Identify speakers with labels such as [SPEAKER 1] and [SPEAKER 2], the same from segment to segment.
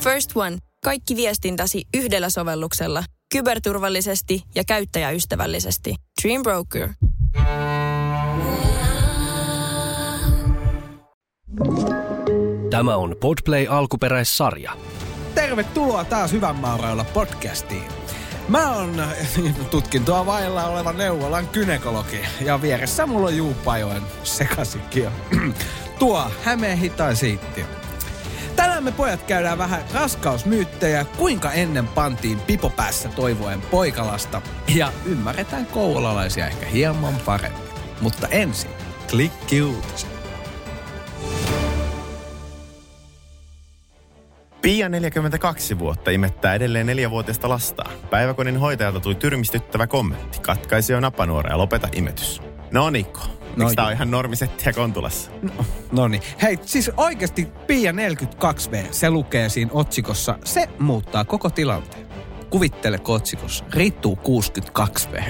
[SPEAKER 1] First One. Kaikki viestintäsi yhdellä sovelluksella. Kyberturvallisesti ja käyttäjäystävällisesti. Dream Broker.
[SPEAKER 2] Tämä on Podplay alkuperäissarja.
[SPEAKER 3] Tervetuloa taas Hyvän maarailla podcastiin. Mä oon tutkintoa vailla oleva neuvolan kynekologi ja vieressä mulla on Juuppajoen sekasikio. Tuo Hämeen hitaan siittiö. Tänään me pojat käydään vähän raskausmyyttejä, kuinka ennen pantiin pipopäässä toivoen poikalasta. Ja ymmärretään koulalaisia ehkä hieman paremmin. Mutta ensin, klikki uutiset.
[SPEAKER 4] Pia 42 vuotta imettää edelleen neljävuotiaista lastaan. Päiväkodin hoitajalta tuli tyrmistyttävä kommentti. Katkaise jo napanuora ja lopeta imetys. No Nikko, no,
[SPEAKER 3] No
[SPEAKER 4] tää on
[SPEAKER 3] joo.
[SPEAKER 4] ihan normisettiä Kontulassa?
[SPEAKER 3] No niin. Hei, siis oikeasti Pia 42V, se lukee siinä otsikossa, se muuttaa koko tilanteen. Kuvittele otsikossa, Ritu 62V.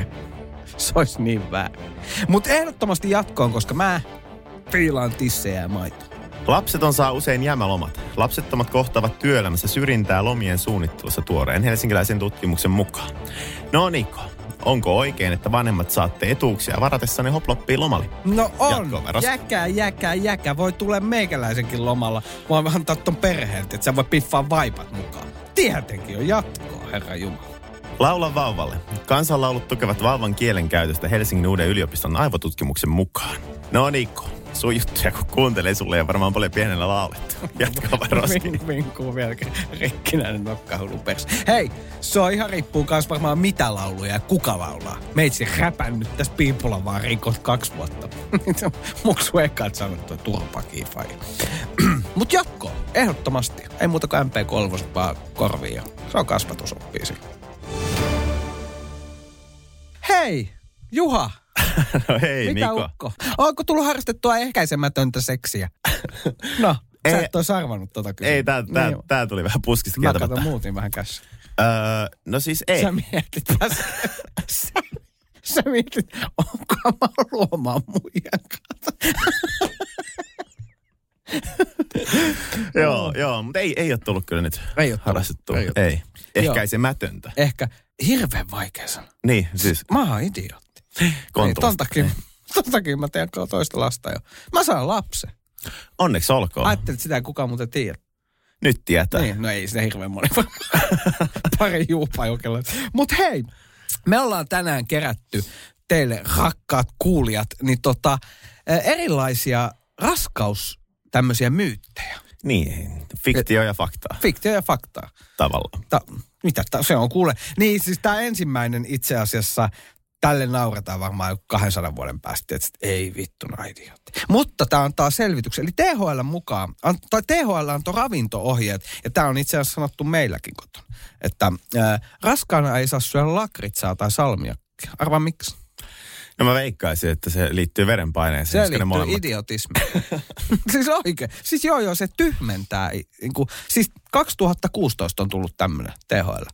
[SPEAKER 3] Se olisi niin väärin. Mutta ehdottomasti jatkoon, koska mä fiilaan tissejä ja maitoa.
[SPEAKER 4] Lapseton saa usein jäämälomat. Lapsettomat kohtaavat työelämässä syrjintää lomien suunnittelussa tuoreen helsinkiläisen tutkimuksen mukaan. No Nikko, onko oikein, että vanhemmat saatte etuuksia varatessanne hoploppiin lomalle?
[SPEAKER 3] No on.
[SPEAKER 4] Jatkoverosta.
[SPEAKER 3] Jäkää, jäkää, jäkää. Voi tulla meikäläisenkin lomalla. Mä voin antaa ton perheeltä, että sä voi piffaa vaipat mukaan. Tietenkin on jatkoa, herra Jumala.
[SPEAKER 4] Laula vauvalle. Kansanlaulut tukevat vauvan kielenkäytöstä Helsingin uuden yliopiston aivotutkimuksen mukaan. No Nikko, sun juttuja kun kuuntelee sulle ja varmaan paljon pienellä laulettu. Jatkaa roski.
[SPEAKER 3] Vink- Vinkkuu vieläkin rikkinäinen nokkahulun persi. Hei, se on ihan riippuu kans varmaan mitä lauluja ja kuka laulaa. Meitsi räpännyt tässä piipulla vaan rikot kaksi vuotta. Muksu ekat sanottu turpakin fai. Mut jatko, ehdottomasti. Ei muuta kuin MP3 vaan korviin. ja Se on kasvatusoppi sille. Hei, Juha.
[SPEAKER 4] No hei
[SPEAKER 3] mitä
[SPEAKER 4] Niko.
[SPEAKER 3] ukko? Onko tullut harrastettua ehkäisemätöntä seksiä? no, sä
[SPEAKER 4] Ei.
[SPEAKER 3] et ois arvannut tota kysymystä.
[SPEAKER 4] Ei, tää, tää,
[SPEAKER 3] Niin,
[SPEAKER 4] tää tuli vähän puskista
[SPEAKER 3] Mä katson
[SPEAKER 4] kieltämättä.
[SPEAKER 3] muutin vähän kässä.
[SPEAKER 4] Öö, no siis ei.
[SPEAKER 3] Sä mietit tässä. sä, sä mietit, onko mä ollut oman muijan kanssa.
[SPEAKER 4] Joo, joo, mutta ei, ei ole tullut kyllä nyt
[SPEAKER 3] Ei oo tullut.
[SPEAKER 4] harrastettua.
[SPEAKER 3] Ei oo
[SPEAKER 4] Ei. ei. Ehkäisemätöntä.
[SPEAKER 3] Ehkä hirveän vaikea sana.
[SPEAKER 4] Niin, siis
[SPEAKER 3] Mä oon idiootti. Niin, ton,
[SPEAKER 4] kontulasta.
[SPEAKER 3] takia, ton takia mä teen toista lasta jo. Mä saan lapsen.
[SPEAKER 4] Onneksi olkoon.
[SPEAKER 3] Ajattelin, että sitä ei kukaan muuten tiedä.
[SPEAKER 4] Nyt tietää.
[SPEAKER 3] Niin, no ei sitä hirveän moni varmaan. Pari juupaa jokella. Mut hei, me ollaan tänään kerätty teille rakkaat kuulijat, niin tota, eh, erilaisia raskaus tämmöisiä myyttejä.
[SPEAKER 4] niin. Fiktio ja faktaa
[SPEAKER 3] Fiktio ja faktaa.
[SPEAKER 4] tavallaan.
[SPEAKER 3] Ta, mitä ta, se on kuule? Niin siis tämä ensimmäinen itse asiassa, tälle nauretaan varmaan joku 200 vuoden päästä, että ei vittu idiootti. Mutta tämä antaa selvityksen. Eli THL mukaan, an, tai THL antoi ravinto-ohjeet, ja tämä on itse asiassa sanottu meilläkin kotona, että ää, raskaana ei saa syödä lakritsaa tai salmiakkia. Arvaa miksi?
[SPEAKER 4] No mä veikkaisin, että se liittyy verenpaineeseen.
[SPEAKER 3] Se
[SPEAKER 4] koska ne
[SPEAKER 3] liittyy
[SPEAKER 4] molemmat-
[SPEAKER 3] idiotismiin. siis oikein. Siis joo joo, se tyhmentää. i- Niinku, siis 2016 on tullut tämmöinen THL.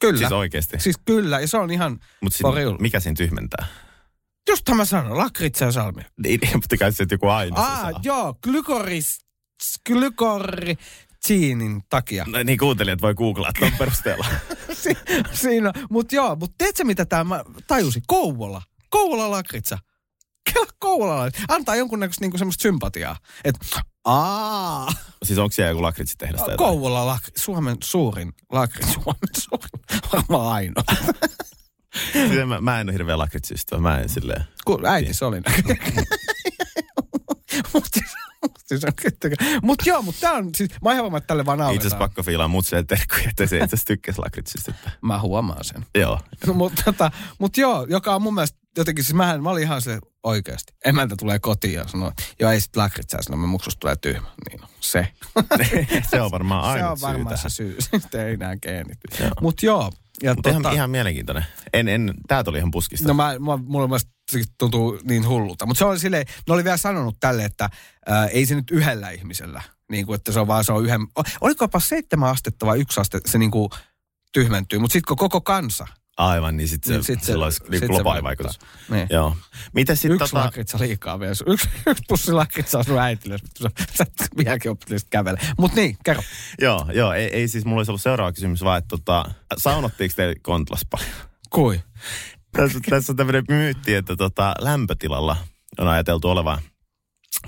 [SPEAKER 3] Kyllä.
[SPEAKER 4] Siis oikeesti.
[SPEAKER 3] Siis kyllä, ja se on ihan
[SPEAKER 4] Mut
[SPEAKER 3] Mut
[SPEAKER 4] sin,
[SPEAKER 3] poriul. Mi-
[SPEAKER 4] mikä siinä tyhmentää?
[SPEAKER 3] Just mä sanon, lakritsa ja salmia.
[SPEAKER 4] Niin, niin, mutta kai se että joku aine se
[SPEAKER 3] Aa,
[SPEAKER 4] saa.
[SPEAKER 3] joo, glykoris, glykoritsiinin takia.
[SPEAKER 4] No niin kuuntelijat voi googlaa ton perusteella.
[SPEAKER 3] Si- siinä, mutta joo, mutta tiedätkö mitä tämä mä tajusin? Kouvola. Kouvola lakritsa. Kela kouvolalainen. Antaa jonkunnäköistä niinku semmoista sympatiaa. Että aa,
[SPEAKER 4] siis onko siellä joku lakritsitehdas tai jotain?
[SPEAKER 3] Kouvola lakritsa. Suomen suurin lakritsa. Suomen suurin. Varmaan ainoa.
[SPEAKER 4] Siis en Mä, mä en ole hirveä lakritsiystävä. Mä en silleen.
[SPEAKER 3] Kun äiti se oli Mutta siis on kettä- Mut joo, mutta tää on siis, mä oon ihan varma, että tälle vaan
[SPEAKER 4] Itse asiassa
[SPEAKER 3] nauretaan.
[SPEAKER 4] pakko fiilaa mut silleen terkkuja, että se itse asiassa tykkäsi lakritsista.
[SPEAKER 3] Mä huomaan sen.
[SPEAKER 4] Joo.
[SPEAKER 3] Mutta tota, mut joo, joka on mun mielestä jotenkin, siis mähän, mä olin ihan se oikeasti. Emäntä tulee kotiin ja sanoo, joo ei sit lakritsaa, sanoo, me muksusta tulee tyhmä. Niin no, se.
[SPEAKER 4] se on varmaan
[SPEAKER 3] se
[SPEAKER 4] aina
[SPEAKER 3] on
[SPEAKER 4] syy
[SPEAKER 3] varmaan se
[SPEAKER 4] tähän.
[SPEAKER 3] syy. Sitten ei nää geenit. Mut joo. Ja tota-
[SPEAKER 4] Mutta ihan, ihan mielenkiintoinen. En, en, tää tuli ihan puskista.
[SPEAKER 3] No mä, mä, mulla mielestä se tuntuu niin hullulta. Mutta se oli silleen, ne oli vielä sanonut tälle, että ää, ei se nyt yhdellä ihmisellä. Niin kuin, että se on vaan se on niinku yhden, o- olikopa seitsemän astetta vai yksi aste, se niin kuin tyhmentyy. Mutta sitten kun koko kansa
[SPEAKER 4] Aivan, niin sitten
[SPEAKER 3] Niin
[SPEAKER 4] se, sit
[SPEAKER 3] sit
[SPEAKER 4] se,
[SPEAKER 3] se-
[SPEAKER 4] sillä olisi
[SPEAKER 3] sit
[SPEAKER 4] niin
[SPEAKER 3] se
[SPEAKER 4] globaali
[SPEAKER 3] vaikuttaa.
[SPEAKER 4] vaikutus.
[SPEAKER 3] Niin.
[SPEAKER 4] Joo. Mitä sitten
[SPEAKER 3] Yksi tota...
[SPEAKER 4] tota,
[SPEAKER 3] lakritsa liikaa vielä. Yksi, yksi pussi lakritsa on sun äitille. Sä, sä et vieläkin oppilista kävele. Mut niin, kerro.
[SPEAKER 4] joo, joo, ei, ei siis mulla olisi ollut seuraava kysymys, vaan että tota, saunottiinko teillä kontlas paljon?
[SPEAKER 3] Kui?
[SPEAKER 4] tässä, tässä on tämmöinen myytti, että tota, lämpötilalla on ajateltu olevan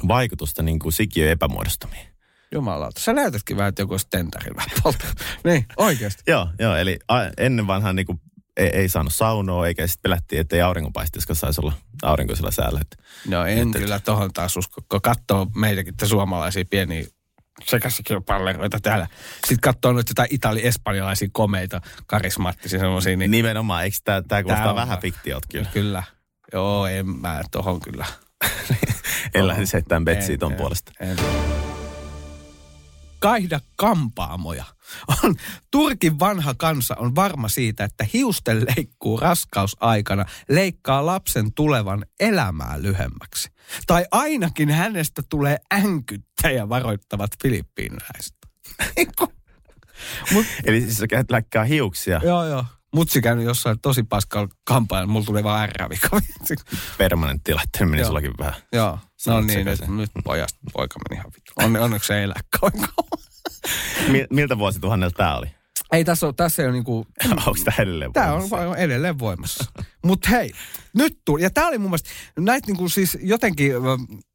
[SPEAKER 4] vaikutusta niin kuin sikiö epämuodostumiin.
[SPEAKER 3] Jumalauta. Sä näytätkin vähän, että joku olisi tentarilla vähän polttanut. niin, oikeasti.
[SPEAKER 4] Joo, joo eli a, ennen vanhaan niin kuin, ei, ei saanut saunoa, eikä sitten pelättiin, että ei auringonpaisteessa saisi olla aurinkoisella säällä. Että,
[SPEAKER 3] No en kyllä tohon taas usko, kun katsoo meitäkin te suomalaisia pieniä sekasikilpalleroita täällä. Sitten katsoo nyt jotain itali-espanjalaisia komeita, karismaattisia semmoisia. Niin...
[SPEAKER 4] niin. Nimenomaan, eikö tämä, tämä kuulostaa
[SPEAKER 3] on
[SPEAKER 4] vähän
[SPEAKER 3] vähän.
[SPEAKER 4] fiktiot kyllä?
[SPEAKER 3] Kyllä. Joo, en mä tohon kyllä.
[SPEAKER 4] En lähde seittämään betsiä
[SPEAKER 3] En,
[SPEAKER 4] ton
[SPEAKER 3] en,
[SPEAKER 4] puolesta.
[SPEAKER 3] en. Kaihda kampaamoja. On, Turkin vanha kansa on varma siitä, että hiusten leikkuu raskausaikana leikkaa lapsen tulevan elämää lyhemmäksi. Tai ainakin hänestä tulee änkyttäjä varoittavat filippiinläiset. Mut,
[SPEAKER 4] Eli siis sä käyt läkkää hiuksia
[SPEAKER 3] joo, joo. Mutsi käynyt jossain tosi paskalla kampaajalla, mulla tuli vaan ärrävika.
[SPEAKER 4] permanenttila, että meni
[SPEAKER 3] Joo.
[SPEAKER 4] sullakin vähän.
[SPEAKER 3] Joo, no
[SPEAKER 4] Sanot
[SPEAKER 3] niin, nyt,
[SPEAKER 4] sekaisin.
[SPEAKER 3] nyt pojasta, poika meni ihan vittu. Onne, onneksi se ei elä kauan.
[SPEAKER 4] Mi- miltä vuosituhannella tämä oli?
[SPEAKER 3] Ei tässä ole, tässä ei ole niinku,
[SPEAKER 4] Onko tämä edelleen
[SPEAKER 3] tää on
[SPEAKER 4] voimassa?
[SPEAKER 3] vaan edelleen voimassa. Mut hei, nyt tuli, ja tää oli mun mielestä, näitä niinku siis jotenkin, ö,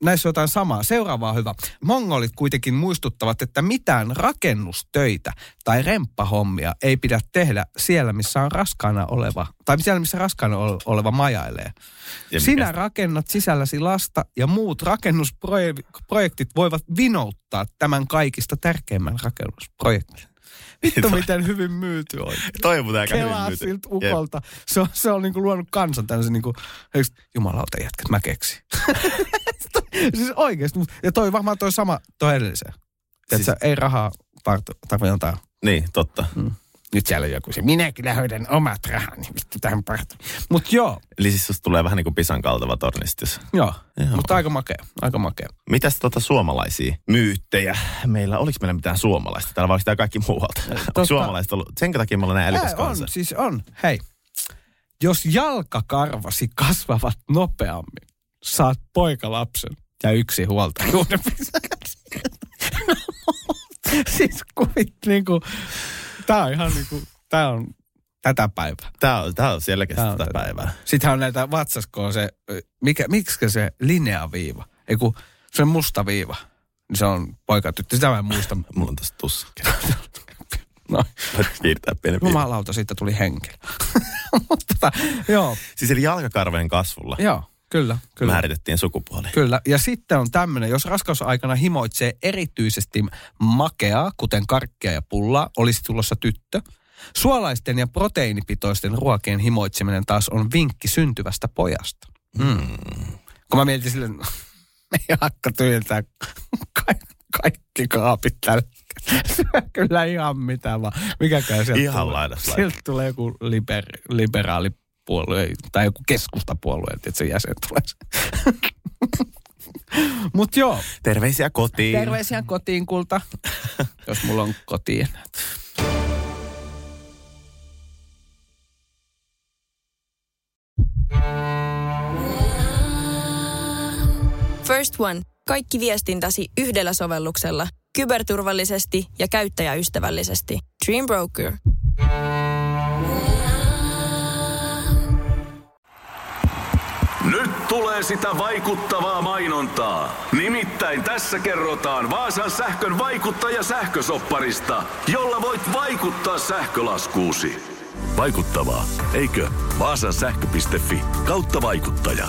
[SPEAKER 3] näissä on jotain samaa. Seuraava on hyvä. Mongolit kuitenkin muistuttavat, että mitään rakennustöitä tai remppahommia ei pidä tehdä siellä, missä on raskaana oleva, tai siellä, missä raskaana ol- oleva majailee.
[SPEAKER 4] Ja mikä-
[SPEAKER 3] Sinä rakennat sisälläsi lasta ja muut rakennusprojektit voivat vinouttaa tämän kaikista tärkeimmän rakennusprojektin. Vittu miten hyvin myyty on.
[SPEAKER 4] Toi on aika hyvin
[SPEAKER 3] Kelaa
[SPEAKER 4] myyty.
[SPEAKER 3] siltä
[SPEAKER 4] Jep.
[SPEAKER 3] ukolta. Se on, se on niinku luonut kansan tämmöisen niinku, eiks, jumalauta jätkät, mä keksin. siis oikeesti. mut- Ja toi varmaan toi sama, toi edelliseen. Siis...
[SPEAKER 4] Siis-
[SPEAKER 3] ei rahaa partu- tarvitse antaa.
[SPEAKER 4] Niin, totta.
[SPEAKER 3] Nyt siellä on joku se, minä kyllä hoidan omat rahani, vittu tähän partuun. Mut joo,
[SPEAKER 4] Eli siis susta tulee vähän niin kuin pisan kaltava tornistus.
[SPEAKER 3] joo.
[SPEAKER 4] Joo.
[SPEAKER 3] joo. Mutta aika makea, aika makea.
[SPEAKER 4] Mitäs tota suomalaisia myyttejä? Meillä, oliko meillä mitään suomalaista? Täällä vai oliko tämä kaikki muualta? Onko
[SPEAKER 3] Tota-
[SPEAKER 4] suomalaista ollut? Sen takia me ollaan näin älykäs
[SPEAKER 3] Ei,
[SPEAKER 4] kansa.
[SPEAKER 3] On, siis on. Hei, jos jalkakarvasi kasvavat nopeammin, saat poikalapsen ja yksi huolta. siis kuvit niinku, tää on ihan niinku, tää on tätä päivää.
[SPEAKER 4] Tämä on, tää on selkeästi
[SPEAKER 3] Tää on
[SPEAKER 4] tätä
[SPEAKER 3] tätä.
[SPEAKER 4] päivää.
[SPEAKER 3] Sittenhän on näitä vatsaskoon se, ö, mikä, miksi se lineaviiva, ei kun se on musta viiva. Niin se on poikatyttö, sitä mä en muista.
[SPEAKER 4] Mulla on tässä tussa.
[SPEAKER 3] No,
[SPEAKER 4] Voit piirtää pienen piirteen.
[SPEAKER 3] jumalauta, siitä tuli henkilö. Mutta tota, joo,
[SPEAKER 4] Siis eli jalkakarvojen kasvulla
[SPEAKER 3] Joo, kyllä, kyllä.
[SPEAKER 4] määritettiin sukupuoli.
[SPEAKER 3] Kyllä, ja sitten on tämmöinen, jos raskausaikana himoitsee erityisesti makeaa, kuten karkkia ja pullaa, olisi tulossa tyttö. Suolaisten ja proteiinipitoisten ruokien himoitseminen taas on vinkki syntyvästä pojasta.
[SPEAKER 4] Mm.
[SPEAKER 3] Kun mä mietin silleen, me hakka tyhjentää ka- kaikki kaapit tällä hetkellä. Syö kyllä ihan mitä vaan. Mikäkään sieltä
[SPEAKER 4] Ihan
[SPEAKER 3] tulee.
[SPEAKER 4] laidas laitaan.
[SPEAKER 3] Sieltä tulee joku liber- liberaali puolue tai joku keskustapuolue, että se jäsen tulee. Mutta joo,
[SPEAKER 4] Terveisiä kotiin.
[SPEAKER 3] terveisiä kotiin kulta, jos mulla on kotiin.
[SPEAKER 1] First One. Kaikki viestintäsi yhdellä sovelluksella. Kyberturvallisesti ja käyttäjäystävällisesti. Dream Broker.
[SPEAKER 5] Nyt tulee sitä vaikuttavaa mainontaa. Nimittäin tässä kerrotaan Vaasan sähkön vaikuttaja sähkösopparista, jolla voit vaikuttaa sähkölaskuusi. Vaikuttavaa, eikö? Vaasan sähkö.fi kautta vaikuttaja.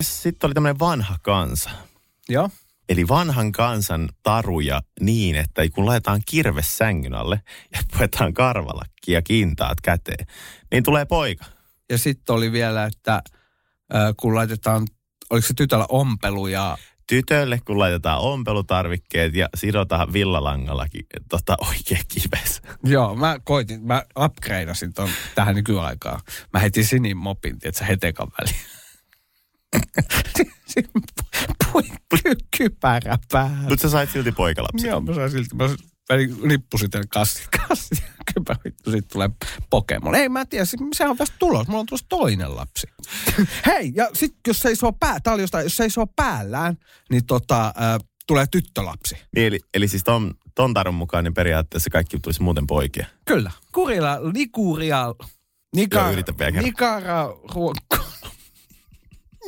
[SPEAKER 4] Sitten oli tämmöinen vanha kansa.
[SPEAKER 3] Joo.
[SPEAKER 4] Eli vanhan kansan taruja niin, että kun laitetaan kirve sängyn alle ja puetaan karvalakki ja kintaat käteen, niin tulee poika.
[SPEAKER 3] Ja sitten oli vielä, että ö, kun laitetaan, oliko se tytöllä ompelu ja
[SPEAKER 4] Tytölle, kun laitetaan ompelutarvikkeet ja sidotaan villalangallakin tota, oikein kives.
[SPEAKER 3] Joo, mä koitin, mä upgradeasin ton tähän nykyaikaan. Mä heti sinin mopin, tiedätkö, hetekan väliin. Sitten puin ky- kypärä päähän.
[SPEAKER 4] Mutta sä sait silti poikalapsen.
[SPEAKER 3] Joo, mä sain silti, mä Eli nippusiten kassi, kassi. Kyllä vittu, siitä tulee Pokemon. Ei mä tiedä, se- sehän on vasta tulos. Mulla on tuossa toinen lapsi. Hei, ja sit jos se ei sua pää, tää oli jostain, jos se ei sua päällään, niin tota, äh, tulee tyttölapsi.
[SPEAKER 4] Niin, eli, eli siis ton, ton tarun mukaan niin periaatteessa kaikki tulisi muuten poikia.
[SPEAKER 3] Kyllä. Kurila, Likuria,
[SPEAKER 4] Joo,
[SPEAKER 3] Nikara,
[SPEAKER 4] yritä vielä kerran.
[SPEAKER 3] Nikara, ruokko.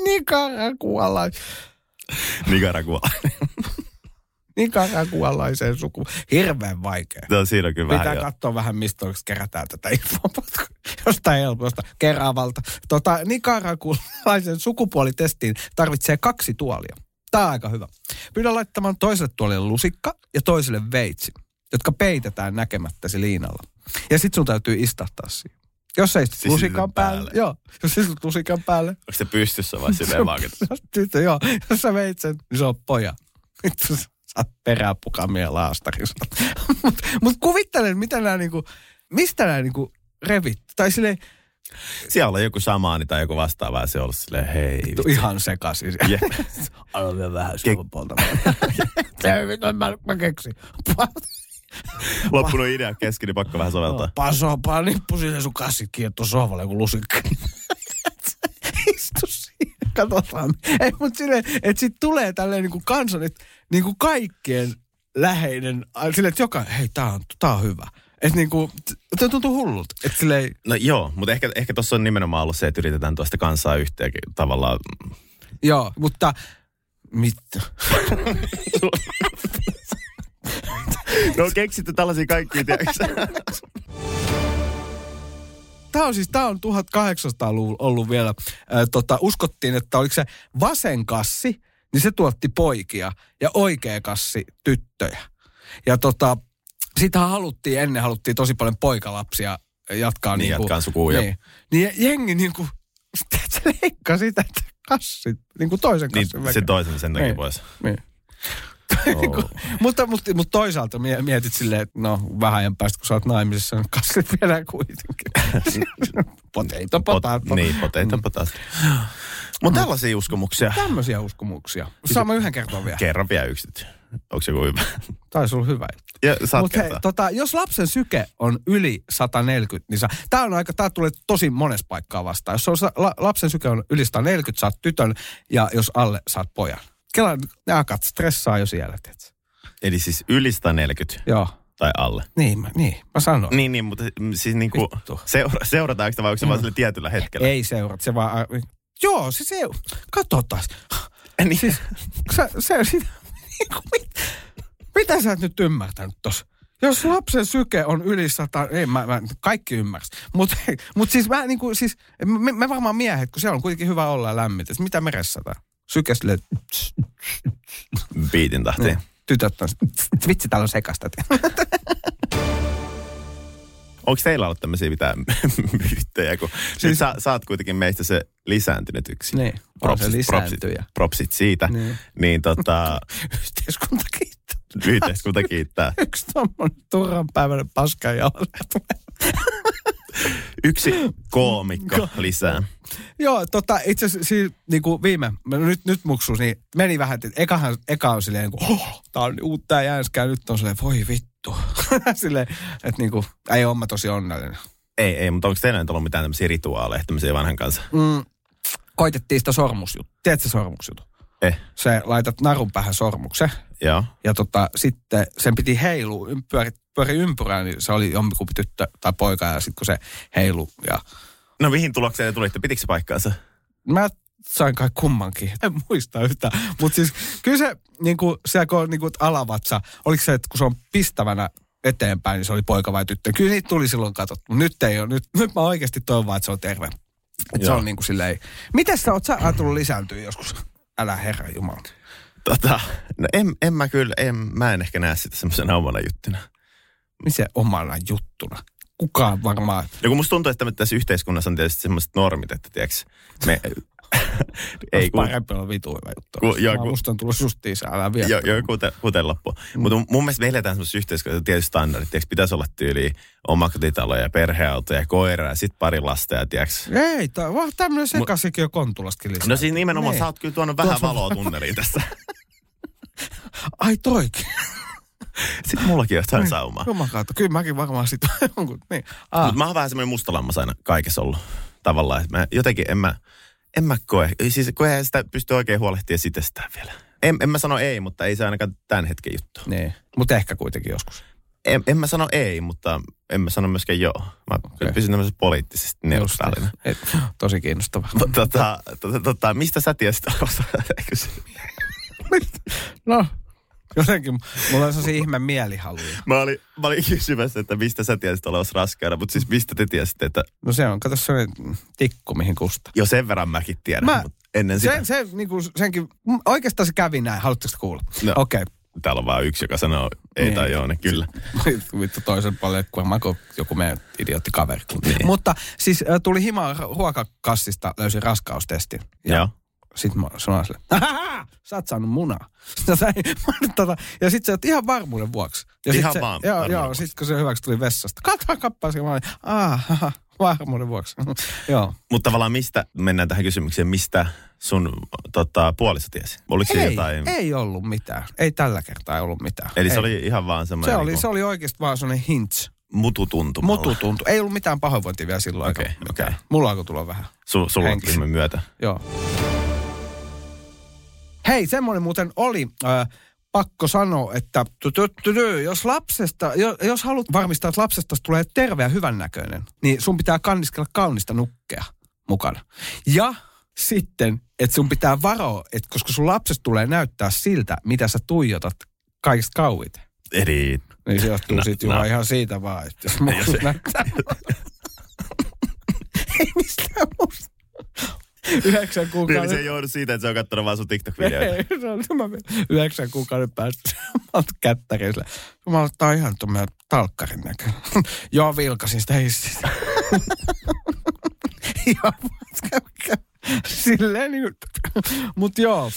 [SPEAKER 3] Nikarakuala.
[SPEAKER 4] Nicaragua.
[SPEAKER 3] Nikarakualaiseen suku. Hirveän vaikea.
[SPEAKER 4] no, siinä on kyllä
[SPEAKER 3] Pitää
[SPEAKER 4] vähän jo.
[SPEAKER 3] katsoa vähän, mistä oikeasti kerätään tätä infoa. Jostain helposta. Keravalta. Tota, Nikarakualaisen sukupuolitestiin tarvitsee kaksi tuolia. Tämä on aika hyvä. Pyydän laittamaan toiselle tuolille lusikka ja toiselle veitsi, jotka peitetään näkemättäsi liinalla. Ja sit sun täytyy istahtaa siihen. Jos ei istut
[SPEAKER 4] Siis
[SPEAKER 3] lusikan
[SPEAKER 4] sinne
[SPEAKER 3] päälle.
[SPEAKER 4] päälle.
[SPEAKER 3] Joo, jos istut lusikan päälle.
[SPEAKER 4] Onko se pystyssä vai silleen vaan?
[SPEAKER 3] Se on tyttö, joo. Jos sä veit sen, niin se on poja. Vittu, sä oot peräpukamia laastarissa. mut, mut kuvittelen, mitä nää niinku, mistä nää niinku revit. Tai silleen,
[SPEAKER 4] Siellä on joku samaani tai joku vastaava ja se on ollut silleen, hei.
[SPEAKER 3] tu, ihan sekaisin.
[SPEAKER 4] Jep.
[SPEAKER 3] Aloin vähän
[SPEAKER 4] suovan
[SPEAKER 3] polta. se ei vittu, mä, mä keksin.
[SPEAKER 4] Loppunut idea kesken, niin pakko vähän soveltaa.
[SPEAKER 3] Paso, paa nippu sinne sun kassit kiinni tuon sohvalle joku lusikka. Istu siinä, katsotaan. Ei, mutta silleen, että sit tulee tälleen niinku kansan, että niinku kaikkien läheinen, ai, silleen, että joka, hei, tää on, tää on hyvä. Että niinku, se tuntuu hullut. Että silleen,
[SPEAKER 4] No joo, mutta ehkä, ehkä tuossa on nimenomaan ollut se, että yritetään tuosta kansaa yhteen ke- tavallaan.
[SPEAKER 3] joo, mutta mitä?
[SPEAKER 4] No keksitte tällaisia kaikkia, tiedätkö?
[SPEAKER 3] Tämä on siis, tämä on 1800-luvulla ollut vielä. Äh, tota, uskottiin, että oliko se vasen kassi, niin se tuotti poikia ja oikea kassi tyttöjä. Ja tota, sitähän haluttiin, ennen haluttiin tosi paljon poikalapsia jatkaa.
[SPEAKER 4] Niin,
[SPEAKER 3] niinku-
[SPEAKER 4] jatkaa sukua, jep.
[SPEAKER 3] Niin, niin jengi niin kuin, se leikkaa sitä, että kassit, niin kuin toisen
[SPEAKER 4] Niin
[SPEAKER 3] kassin
[SPEAKER 4] se
[SPEAKER 3] väkeä.
[SPEAKER 4] toisen sen takia
[SPEAKER 3] Niin.
[SPEAKER 4] pois.
[SPEAKER 3] Niin.
[SPEAKER 4] Oh.
[SPEAKER 3] Mutta, mutta, mutta toisaalta mie- mietit silleen, että no vähän ajan päästä, kun sä oot naimisissa, niin kassit vielä kuitenkin. Potato, potato.
[SPEAKER 4] Pot- niin,
[SPEAKER 3] Mm.
[SPEAKER 4] potato, potato. Mutta tällaisia uskomuksia.
[SPEAKER 3] Tämmöisiä uskomuksia. Saamme yhden kertaan vielä.
[SPEAKER 4] Kerran vielä yksi. Onko se joku hyvä?
[SPEAKER 3] Taisi olla hyvä juttu.
[SPEAKER 4] Ja saat
[SPEAKER 3] Mut hei,
[SPEAKER 4] kertaa.
[SPEAKER 3] tota, jos lapsen syke on yli 140, niin sa, tää on aika, tää tulee tosi monessa paikkaa vastaan. Jos on, sa- la, lapsen syke on yli 140, saat tytön, ja jos alle, saat pojan. Kelan, nää akat stressaa jo siellä, tiedätkö?
[SPEAKER 4] Eli siis yli 140
[SPEAKER 3] Joo.
[SPEAKER 4] tai alle.
[SPEAKER 3] Niin, mä, niin, mä sanoin.
[SPEAKER 4] Niin, niin, mutta mm, siis niinku,
[SPEAKER 3] Vittu. Mm.
[SPEAKER 4] seura, seurataanko sitä vai onko se vaan sillä tietyllä hetkellä?
[SPEAKER 3] Ei seurat, se vaan... äh, Joo, se se... Katsotaan.
[SPEAKER 4] Niin.
[SPEAKER 3] Siis, sä, se, sitä, niinku, mit, mitä sä et nyt ymmärtänyt tossa? Jos lapsen syke on yli sata, ei mä, mä kaikki ymmärs. Mutta mut siis mä niinku, siis, me, me, varmaan miehet, kun se on kuitenkin hyvä olla ja lämmintä. Et Mitä meressä sataa? Syke silleen,
[SPEAKER 4] Biitin
[SPEAKER 3] Mm.
[SPEAKER 4] tahtiin.
[SPEAKER 3] tytöt on, vitsi täällä on sekasta.
[SPEAKER 4] Onko teillä ollut tämmöisiä mitään myyttejä, kun siis... sä, sä oot kuitenkin meistä se lisääntynyt yksi.
[SPEAKER 3] Niin, on se lisääntyjä.
[SPEAKER 4] Propsit, propsit siitä.
[SPEAKER 3] Niin.
[SPEAKER 4] Niin, niin tota,
[SPEAKER 3] Yhteiskunta kiittää.
[SPEAKER 4] yhteiskunta kiittää.
[SPEAKER 3] Yksi tommonen turhan päivänä paska ja
[SPEAKER 4] Yksi koomikko lisää.
[SPEAKER 3] Joo, tota, itse asiassa siis, niin kuin viime, no nyt, nyt muksus, niin meni vähän, että ekahan, eka on silleen, niin kuin, oh, tää on uutta ja jäänskää, nyt on silleen, voi vittu. silleen, että niin kuin, ei oo mä tosi onnellinen.
[SPEAKER 4] Ei, ei, mutta onko teillä nyt ollut mitään tämmöisiä rituaaleja tämmöisiä vanhan kanssa?
[SPEAKER 3] Mm, koitettiin sitä sormusjuttu. Tiedätkö sormusjuttu?
[SPEAKER 4] Eh,
[SPEAKER 3] Se laitat narun päähän sormuksen
[SPEAKER 4] joo.
[SPEAKER 3] ja tota, sitten sen piti heilua, ym- pyöri, pyöri ympyrää, niin se oli jompikumpi tyttö tai poika ja sitten kun se heilu ja
[SPEAKER 4] No mihin tulokseen te tulitte? Pitikö se paikkaansa?
[SPEAKER 3] mä sain kai kummankin. En muista yhtään. Mutta siis kyllä se, niin kuin, se kun on niin kuin, alavatsa, oliko se, että kun se on pistävänä eteenpäin, niin se oli poika vai tyttö. Kyllä niitä tuli silloin katsottu. Nyt ei ole. Nyt, nyt mä oikeasti toivon, vaan, että se on terve. Et se
[SPEAKER 4] Joo.
[SPEAKER 3] on niin kuin silleen. Mites sä oot sä ajatellut lisääntyä joskus? Älä herra jumala.
[SPEAKER 4] Tota, no en, en mä kyllä, en, mä en ehkä näe sitä semmoisena omana juttuna.
[SPEAKER 3] Missä omana juttuna? Kukaan varmaan.
[SPEAKER 4] Ja No kun musta tuntuu, että me tässä yhteiskunnassa on tietysti semmoiset normit, että tiiäks, me... ei,
[SPEAKER 3] kun...
[SPEAKER 4] kun,
[SPEAKER 3] Parempi olla vituilla juttu.
[SPEAKER 4] Ku- joo,
[SPEAKER 3] Mä-
[SPEAKER 4] ku-
[SPEAKER 3] Musta on tullut sustiinsa, älä vielä.
[SPEAKER 4] joo, joo, kuten, kuten loppu. Mutta mun mielestä me eletään semmoisessa yhteiskunnassa tietysti standardit, tiiäks, pitäisi olla tyyli omakotitaloja, ja perheautoja, ja koiraa, ja sit pari lasta, ja tiiäks.
[SPEAKER 3] Ei, tää, vaan tämmönen sekasekin jo kontulastakin lisää.
[SPEAKER 4] No siis nimenomaan,
[SPEAKER 3] Niin.
[SPEAKER 4] sä oot kyllä tuonut vähän
[SPEAKER 3] Tuossa-
[SPEAKER 4] valoa tunneliin tässä.
[SPEAKER 3] Ai toikin.
[SPEAKER 4] Sitten mullakin on jotain saumaa.
[SPEAKER 3] Jumman kautta. Kyllä mäkin varmaan sit jonkun. Niin. Ah.
[SPEAKER 4] Mutta mä oon vähän semmoinen mustalammas aina kaikessa ollut tavallaan. että Mä jotenkin en mä, en mä koe. Siis kun eihän sitä pysty oikein huolehtia itsestään vielä. En, en mä sano ei, mutta ei se ainakaan tämän hetken juttu.
[SPEAKER 3] Niin. Mutta ehkä kuitenkin joskus.
[SPEAKER 4] En, en mä sano ei, mutta en mä sano myöskään joo. Mä
[SPEAKER 3] Okei.
[SPEAKER 4] okay. pysyn tämmöisesti poliittisesti
[SPEAKER 3] niin.
[SPEAKER 4] neutraalina.
[SPEAKER 3] Et, tosi kiinnostava.
[SPEAKER 4] Mutta tota, tota, tota, mistä sä tiesit arvosta?
[SPEAKER 3] No, jotenkin. Mulla on sellaisia ihme mielihaluja.
[SPEAKER 4] mä, olin, mä olin kysymässä, että mistä sä tiesit olevasi raskaana, mutta siis mistä te tiesitte, että
[SPEAKER 3] No se on, kato se tikku, mihin kusta.
[SPEAKER 4] jo sen verran mäkin tiedän,
[SPEAKER 3] Mä-
[SPEAKER 4] mä... mutta ennen
[SPEAKER 3] Se,
[SPEAKER 4] sitä.
[SPEAKER 3] se, niin kuin, senkin, mm, oikeastaan se kävi näin, haluatteko sitä kuulla?
[SPEAKER 4] No.
[SPEAKER 3] Okei.
[SPEAKER 4] Täällä on vaan yksi, joka sanoo ei
[SPEAKER 3] Niin.
[SPEAKER 4] tai joo, niin kyllä.
[SPEAKER 3] Okay. Vittu toisen paljon, kuin mä kuin joku meidän idiootti kaveri. Niin. Mutta siis äh, tuli himaa ra- ruokakassista, löysin raskaustestin.
[SPEAKER 4] Joo.
[SPEAKER 3] Sitten mä sanoin sille, "Ahaha, sä oot saanut munaa. Sitä sai- mä nyt tota- ja sit se, että ihan varmuuden vuoksi. Ja sit
[SPEAKER 4] Ihan
[SPEAKER 3] se,
[SPEAKER 4] vaan
[SPEAKER 3] Joo,
[SPEAKER 4] varmuuden
[SPEAKER 3] joo
[SPEAKER 4] vuoksi.
[SPEAKER 3] sit kun se hyväksi tuli vessasta. Katso kappaa se, mä olin, aah, varmuuden vuoksi. joo.
[SPEAKER 4] Mutta tavallaan mistä, mennään tähän kysymykseen, mistä sun tota, puoliso tiesi? Oliko se
[SPEAKER 3] Ei,
[SPEAKER 4] jotain?
[SPEAKER 3] ei ollut mitään. Ei tällä kertaa ollut mitään.
[SPEAKER 4] Eli
[SPEAKER 3] ei.
[SPEAKER 4] se oli ihan vaan semmoinen
[SPEAKER 3] se oli,
[SPEAKER 4] niinku
[SPEAKER 3] se oli oikeasti vaan sellainen hints.
[SPEAKER 4] mututuntuma.
[SPEAKER 3] Mutu tuntu. Ei ollut mitään pahoinvointia vielä silloin. eikä
[SPEAKER 4] Okei,
[SPEAKER 3] mitään.
[SPEAKER 4] okei.
[SPEAKER 3] Mulla alkoi tulla vähän.
[SPEAKER 4] Su, sulla on
[SPEAKER 3] Henkis.
[SPEAKER 4] ilme myötä.
[SPEAKER 3] Joo. Hei, semmoinen muuten oli. Äh, pakko sanoa, että tu- tu- tu- tu- jos lapsesta, jo- jos haluat varmistaa, että lapsesta tulee terve ja hyvännäköinen, niin sun pitää kanniskella kaunista nukkea mukana. Ja sitten, että sun pitää varoa, että koska sun lapsesta tulee näyttää siltä, mitä sä tuijotat kaikista kauiten.
[SPEAKER 4] Eli
[SPEAKER 3] Niin se johtuu no,
[SPEAKER 4] No,
[SPEAKER 3] sitten
[SPEAKER 4] no.
[SPEAKER 3] no. ihan siitä vaan, että jos
[SPEAKER 4] Ei
[SPEAKER 3] musta
[SPEAKER 4] se-
[SPEAKER 3] näyttää. Ei mistään musta. Yhdeksän
[SPEAKER 4] niin, se
[SPEAKER 3] kuukauden.
[SPEAKER 4] ei johdu siitä, että se on katsonut vaan sun TikTok-videoita.
[SPEAKER 3] Ei, se on- mä menen Yhdeksän kuukauden päästä mä oon kättärillä. Mä ottaa ihan tuommoinen talkkarin näkö. Joo, vilkasin sitä hissistä. Joo, silleen niin Mut joo,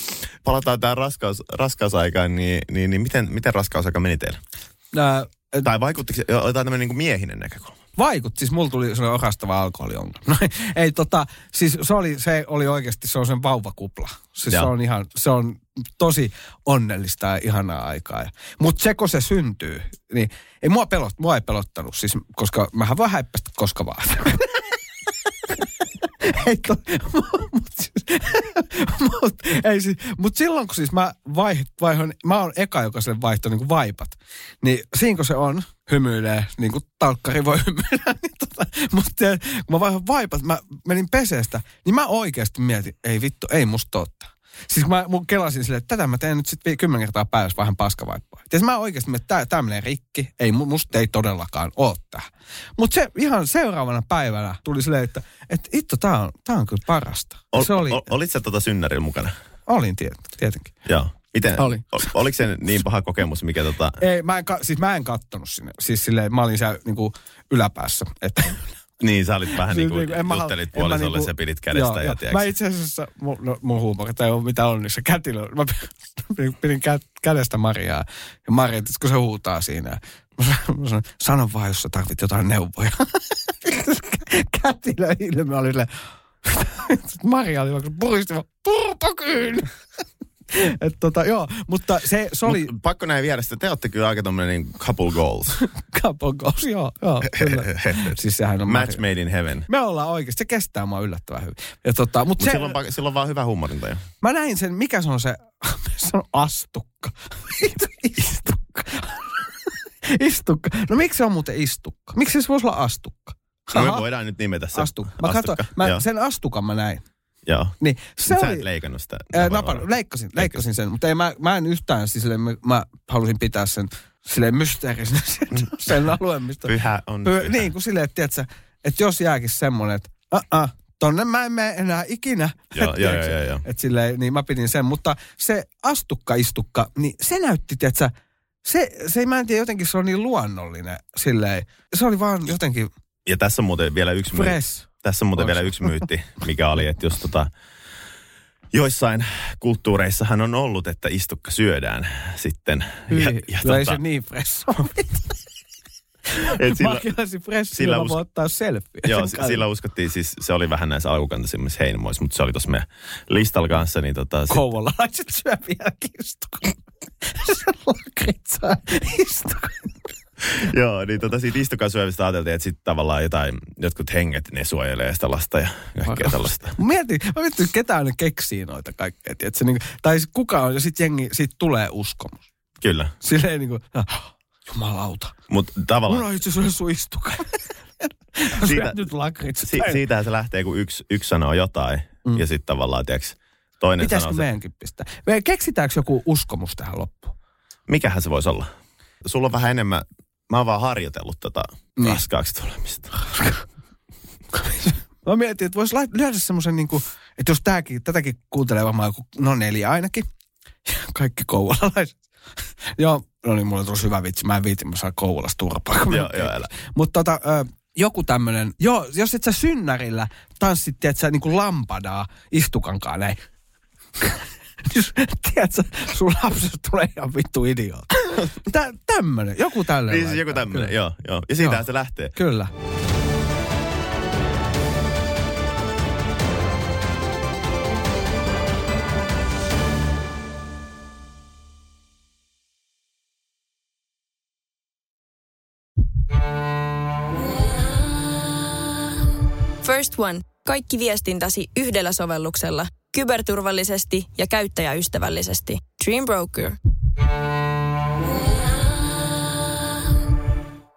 [SPEAKER 4] Palataan tähän raskaus, raskausaikaan, niin, niin, niin miten, miten raskausaika meni teillä?
[SPEAKER 3] nää,
[SPEAKER 4] Tai vaikuttiko se, jotain tämmöinen niin miehinen näkökulma?
[SPEAKER 3] Vaikutti, siis mulla tuli sellainen orastava alkoholiongelma. No, ei tota, siis se oli, se oli oikeasti, se on sen vauvakupla. Siis
[SPEAKER 4] Joo.
[SPEAKER 3] se on ihan, se on tosi onnellista ja ihanaa aikaa. Mutta se, kun se syntyy, niin ei mua, pelot, mua ei pelottanut, siis, koska mähän vaan häippästä koska vaan. ei to, mut, siis- mut, ei siis, mut silloin kun siis mä vai, vaihon, mä oon eka, joka sille vaihtoi niin vaipat, niin siinä kun se on, hymyilee, niin kuin talkkari voi hymyillä, niin tota, mutta kun mä vaihdoin vaipat, mä menin peseestä, niin mä oikeasti mietin, ei vittu, ei musta totta. Siis mä mun kelasin silleen, että tätä mä teen nyt sitten kymmenen kertaa päivässä vähän paskavaippaa. Ties mä oikeasti, että tää, tää menee rikki. Ei, mu- musta ei todellakaan oo tää. Mutta se ihan seuraavana päivänä tuli silleen, että et itto, tää on, tää on kyllä parasta.
[SPEAKER 4] Ol,
[SPEAKER 3] se oli,
[SPEAKER 4] ol, olit sä tota synnärillä mukana?
[SPEAKER 3] olin tiet, tietenkin.
[SPEAKER 4] Joo. Miten,
[SPEAKER 3] Oli.
[SPEAKER 4] Ol, oliko se niin paha kokemus, mikä tota...
[SPEAKER 3] Ei, mä en, ka- siis mä en kattonut sinne. Siis silleen, mä olin siellä niinku yläpäässä. Että
[SPEAKER 4] Niin, sä olit vähän
[SPEAKER 3] Siis
[SPEAKER 4] niin kuin
[SPEAKER 3] niinku en mä
[SPEAKER 4] juttelit
[SPEAKER 3] halua- en mä
[SPEAKER 4] puolisolle,
[SPEAKER 3] niinku-
[SPEAKER 4] sä pidit kädestä ja
[SPEAKER 3] Mä
[SPEAKER 4] tiedätkö-
[SPEAKER 3] itse asiassa, mun, no, mun huumori, tai on mitä on, niin se kätilö, mä pidin- pidin kä, kädestä Mariaa. Ja Maria, sit kun se huutaa siinä, mä sanoin, mä sanoin, sano vaan, jos sä tarvit jotain neuvoja. kätilö ilme oli silleen, Sit Maria oli vaikka puristi, vaan, turpakyyn! Et tota, joo, mutta se, se oli
[SPEAKER 4] Mut pakko näin vierestä, te olette kyllä aika tommonen niin couple goals.
[SPEAKER 3] kapokous, joo, joo, kyllä. Siis sehän on
[SPEAKER 4] Match
[SPEAKER 3] Maria.
[SPEAKER 4] made in heaven.
[SPEAKER 3] Me ollaan oikeasti, se kestää mua yllättävän hyvin. Ja tota, mut
[SPEAKER 4] Mutta
[SPEAKER 3] se,
[SPEAKER 4] se... silloin, pa- silloin vaan hyvä huumorinta jo.
[SPEAKER 3] Mä näin sen, mikä se on se, se on astukka. Vittu, istukka. istukka. No miksi se on muuten istukka? Miksi se voisi olla astukka?
[SPEAKER 4] No me
[SPEAKER 3] Aha,
[SPEAKER 4] voidaan nyt nimetä se.
[SPEAKER 3] astukka. Mä
[SPEAKER 4] Astukka.
[SPEAKER 3] katsoin, mä,
[SPEAKER 4] Joo.
[SPEAKER 3] sen astukan mä näin.
[SPEAKER 4] Joo.
[SPEAKER 3] Niin,
[SPEAKER 4] Se
[SPEAKER 3] se
[SPEAKER 4] Sä
[SPEAKER 3] oli...
[SPEAKER 4] et leikannut sitä.
[SPEAKER 3] Ää,
[SPEAKER 4] Varmaan.
[SPEAKER 3] napan, leikkasin, leikkasin sen, mutta ei, mä, mä en yhtään, siis silleen, mä, mä halusin pitää sen silleen mysteerisenä sen, sen alueen, mistä...
[SPEAKER 4] Pyhä on
[SPEAKER 3] Pö-
[SPEAKER 4] pyhä.
[SPEAKER 3] Niin kuin silleen, että tiedätkö, että jos jääkin semmoinen, että uh-uh, tonne mä en mene enää ikinä.
[SPEAKER 4] Joo, joo,
[SPEAKER 3] Tiedätkö?
[SPEAKER 4] joo, joo, joo.
[SPEAKER 3] Et silleen, niin mä pidin sen, mutta se astukka istukka, niin se näytti, tiedätkö, se, se, mä en tiedä, jotenkin se on niin luonnollinen silleen. Se oli vaan jotenkin
[SPEAKER 4] Ja tässä on muuten vielä yksi myytti.
[SPEAKER 3] fresh.
[SPEAKER 4] Tässä on muuten
[SPEAKER 3] Ois.
[SPEAKER 4] vielä yksi myytti, mikä oli, että jos tota, joissain kulttuureissahan on ollut, että istukka syödään sitten.
[SPEAKER 3] Ja, ja tota... Ei se niin fresh ole.
[SPEAKER 4] et
[SPEAKER 3] Sillä,
[SPEAKER 4] sillä,
[SPEAKER 3] mä kelasin fresh,
[SPEAKER 4] sillä
[SPEAKER 3] sillä mä
[SPEAKER 4] us-
[SPEAKER 3] voin ottaa selfie.
[SPEAKER 4] Joo,
[SPEAKER 3] sen
[SPEAKER 4] s-
[SPEAKER 3] kanssa.
[SPEAKER 4] sillä uskottiin, siis se oli vähän näissä alkukantaisimmissa heinimoissa, mutta se oli tuossa meidän listalla kanssa, niin tota... sit-
[SPEAKER 3] Kouvolalaiset syö vieläkin istukaa. Lakritsaa. Istukaa.
[SPEAKER 4] Joo, niin tota siitä istukasyövistä ajateltiin, että sitten tavallaan jotain, jotkut henget, ne suojelee sitä lasta ja kaikkea tällaista.
[SPEAKER 3] Mietin, mä mietin, että ketään ne keksii noita kaikkea. Tiedätkö, niin kuin, tai kuka on, ja sitten jengi, siitä tulee uskomus.
[SPEAKER 4] Kyllä,
[SPEAKER 3] Silleen niin kuin, jumalauta.
[SPEAKER 4] mutta
[SPEAKER 3] Mulla
[SPEAKER 4] tavallaan
[SPEAKER 3] on itse asiassa sun istuka.
[SPEAKER 4] Siitä-
[SPEAKER 3] Siitä, nyt lakritsa.
[SPEAKER 4] si- siitähän se lähtee, kun yksi, yksi sanoo jotain mm. ja sitten tavallaan, tiiäks, toinen
[SPEAKER 3] Pitäisikö
[SPEAKER 4] sanoo se,
[SPEAKER 3] meidänkin pistää? Me keksitäänkö joku uskomus tähän loppuun?
[SPEAKER 4] mikähän se voisi olla. Sulla on vähän enemmän, mä oon vaan harjoitellut tota
[SPEAKER 3] Niin. Ah,
[SPEAKER 4] raskaaksi tulemista.
[SPEAKER 3] Mä mietin, että voisi lait- lyödä semmoisen niin kuin, että jos tääkin, tätäkin kuuntelee varmaan joku, no neljä ainakin, kaikki kouvolalaiset. Joo, no niin, mulla on tullut hyvä vitsi, mä en viitin, mä saan Kouvolasta turpaa. kun mä
[SPEAKER 4] Joo,
[SPEAKER 3] teen.
[SPEAKER 4] joo, älä.
[SPEAKER 3] Mutta tota, ö, joku tämmönen, joo, jos et sä synnärillä tanssit, tiedät sä, niin kuin lampadaa istukankaan näin. Niin tiedät sä, sun lapsesta tulee ihan vittu idiootti. Tä, tämmönen, joku tällainen.
[SPEAKER 4] Niin siis joku
[SPEAKER 3] laittaa,
[SPEAKER 4] tämmöinen,
[SPEAKER 3] kyllä.
[SPEAKER 4] joo, joo. Ja siitähän
[SPEAKER 3] Joo.
[SPEAKER 4] se lähtee.
[SPEAKER 3] Kyllä.
[SPEAKER 1] First One. Kaikki viestintäsi yhdellä sovelluksella. Kyberturvallisesti ja käyttäjäystävällisesti. Dream Broker.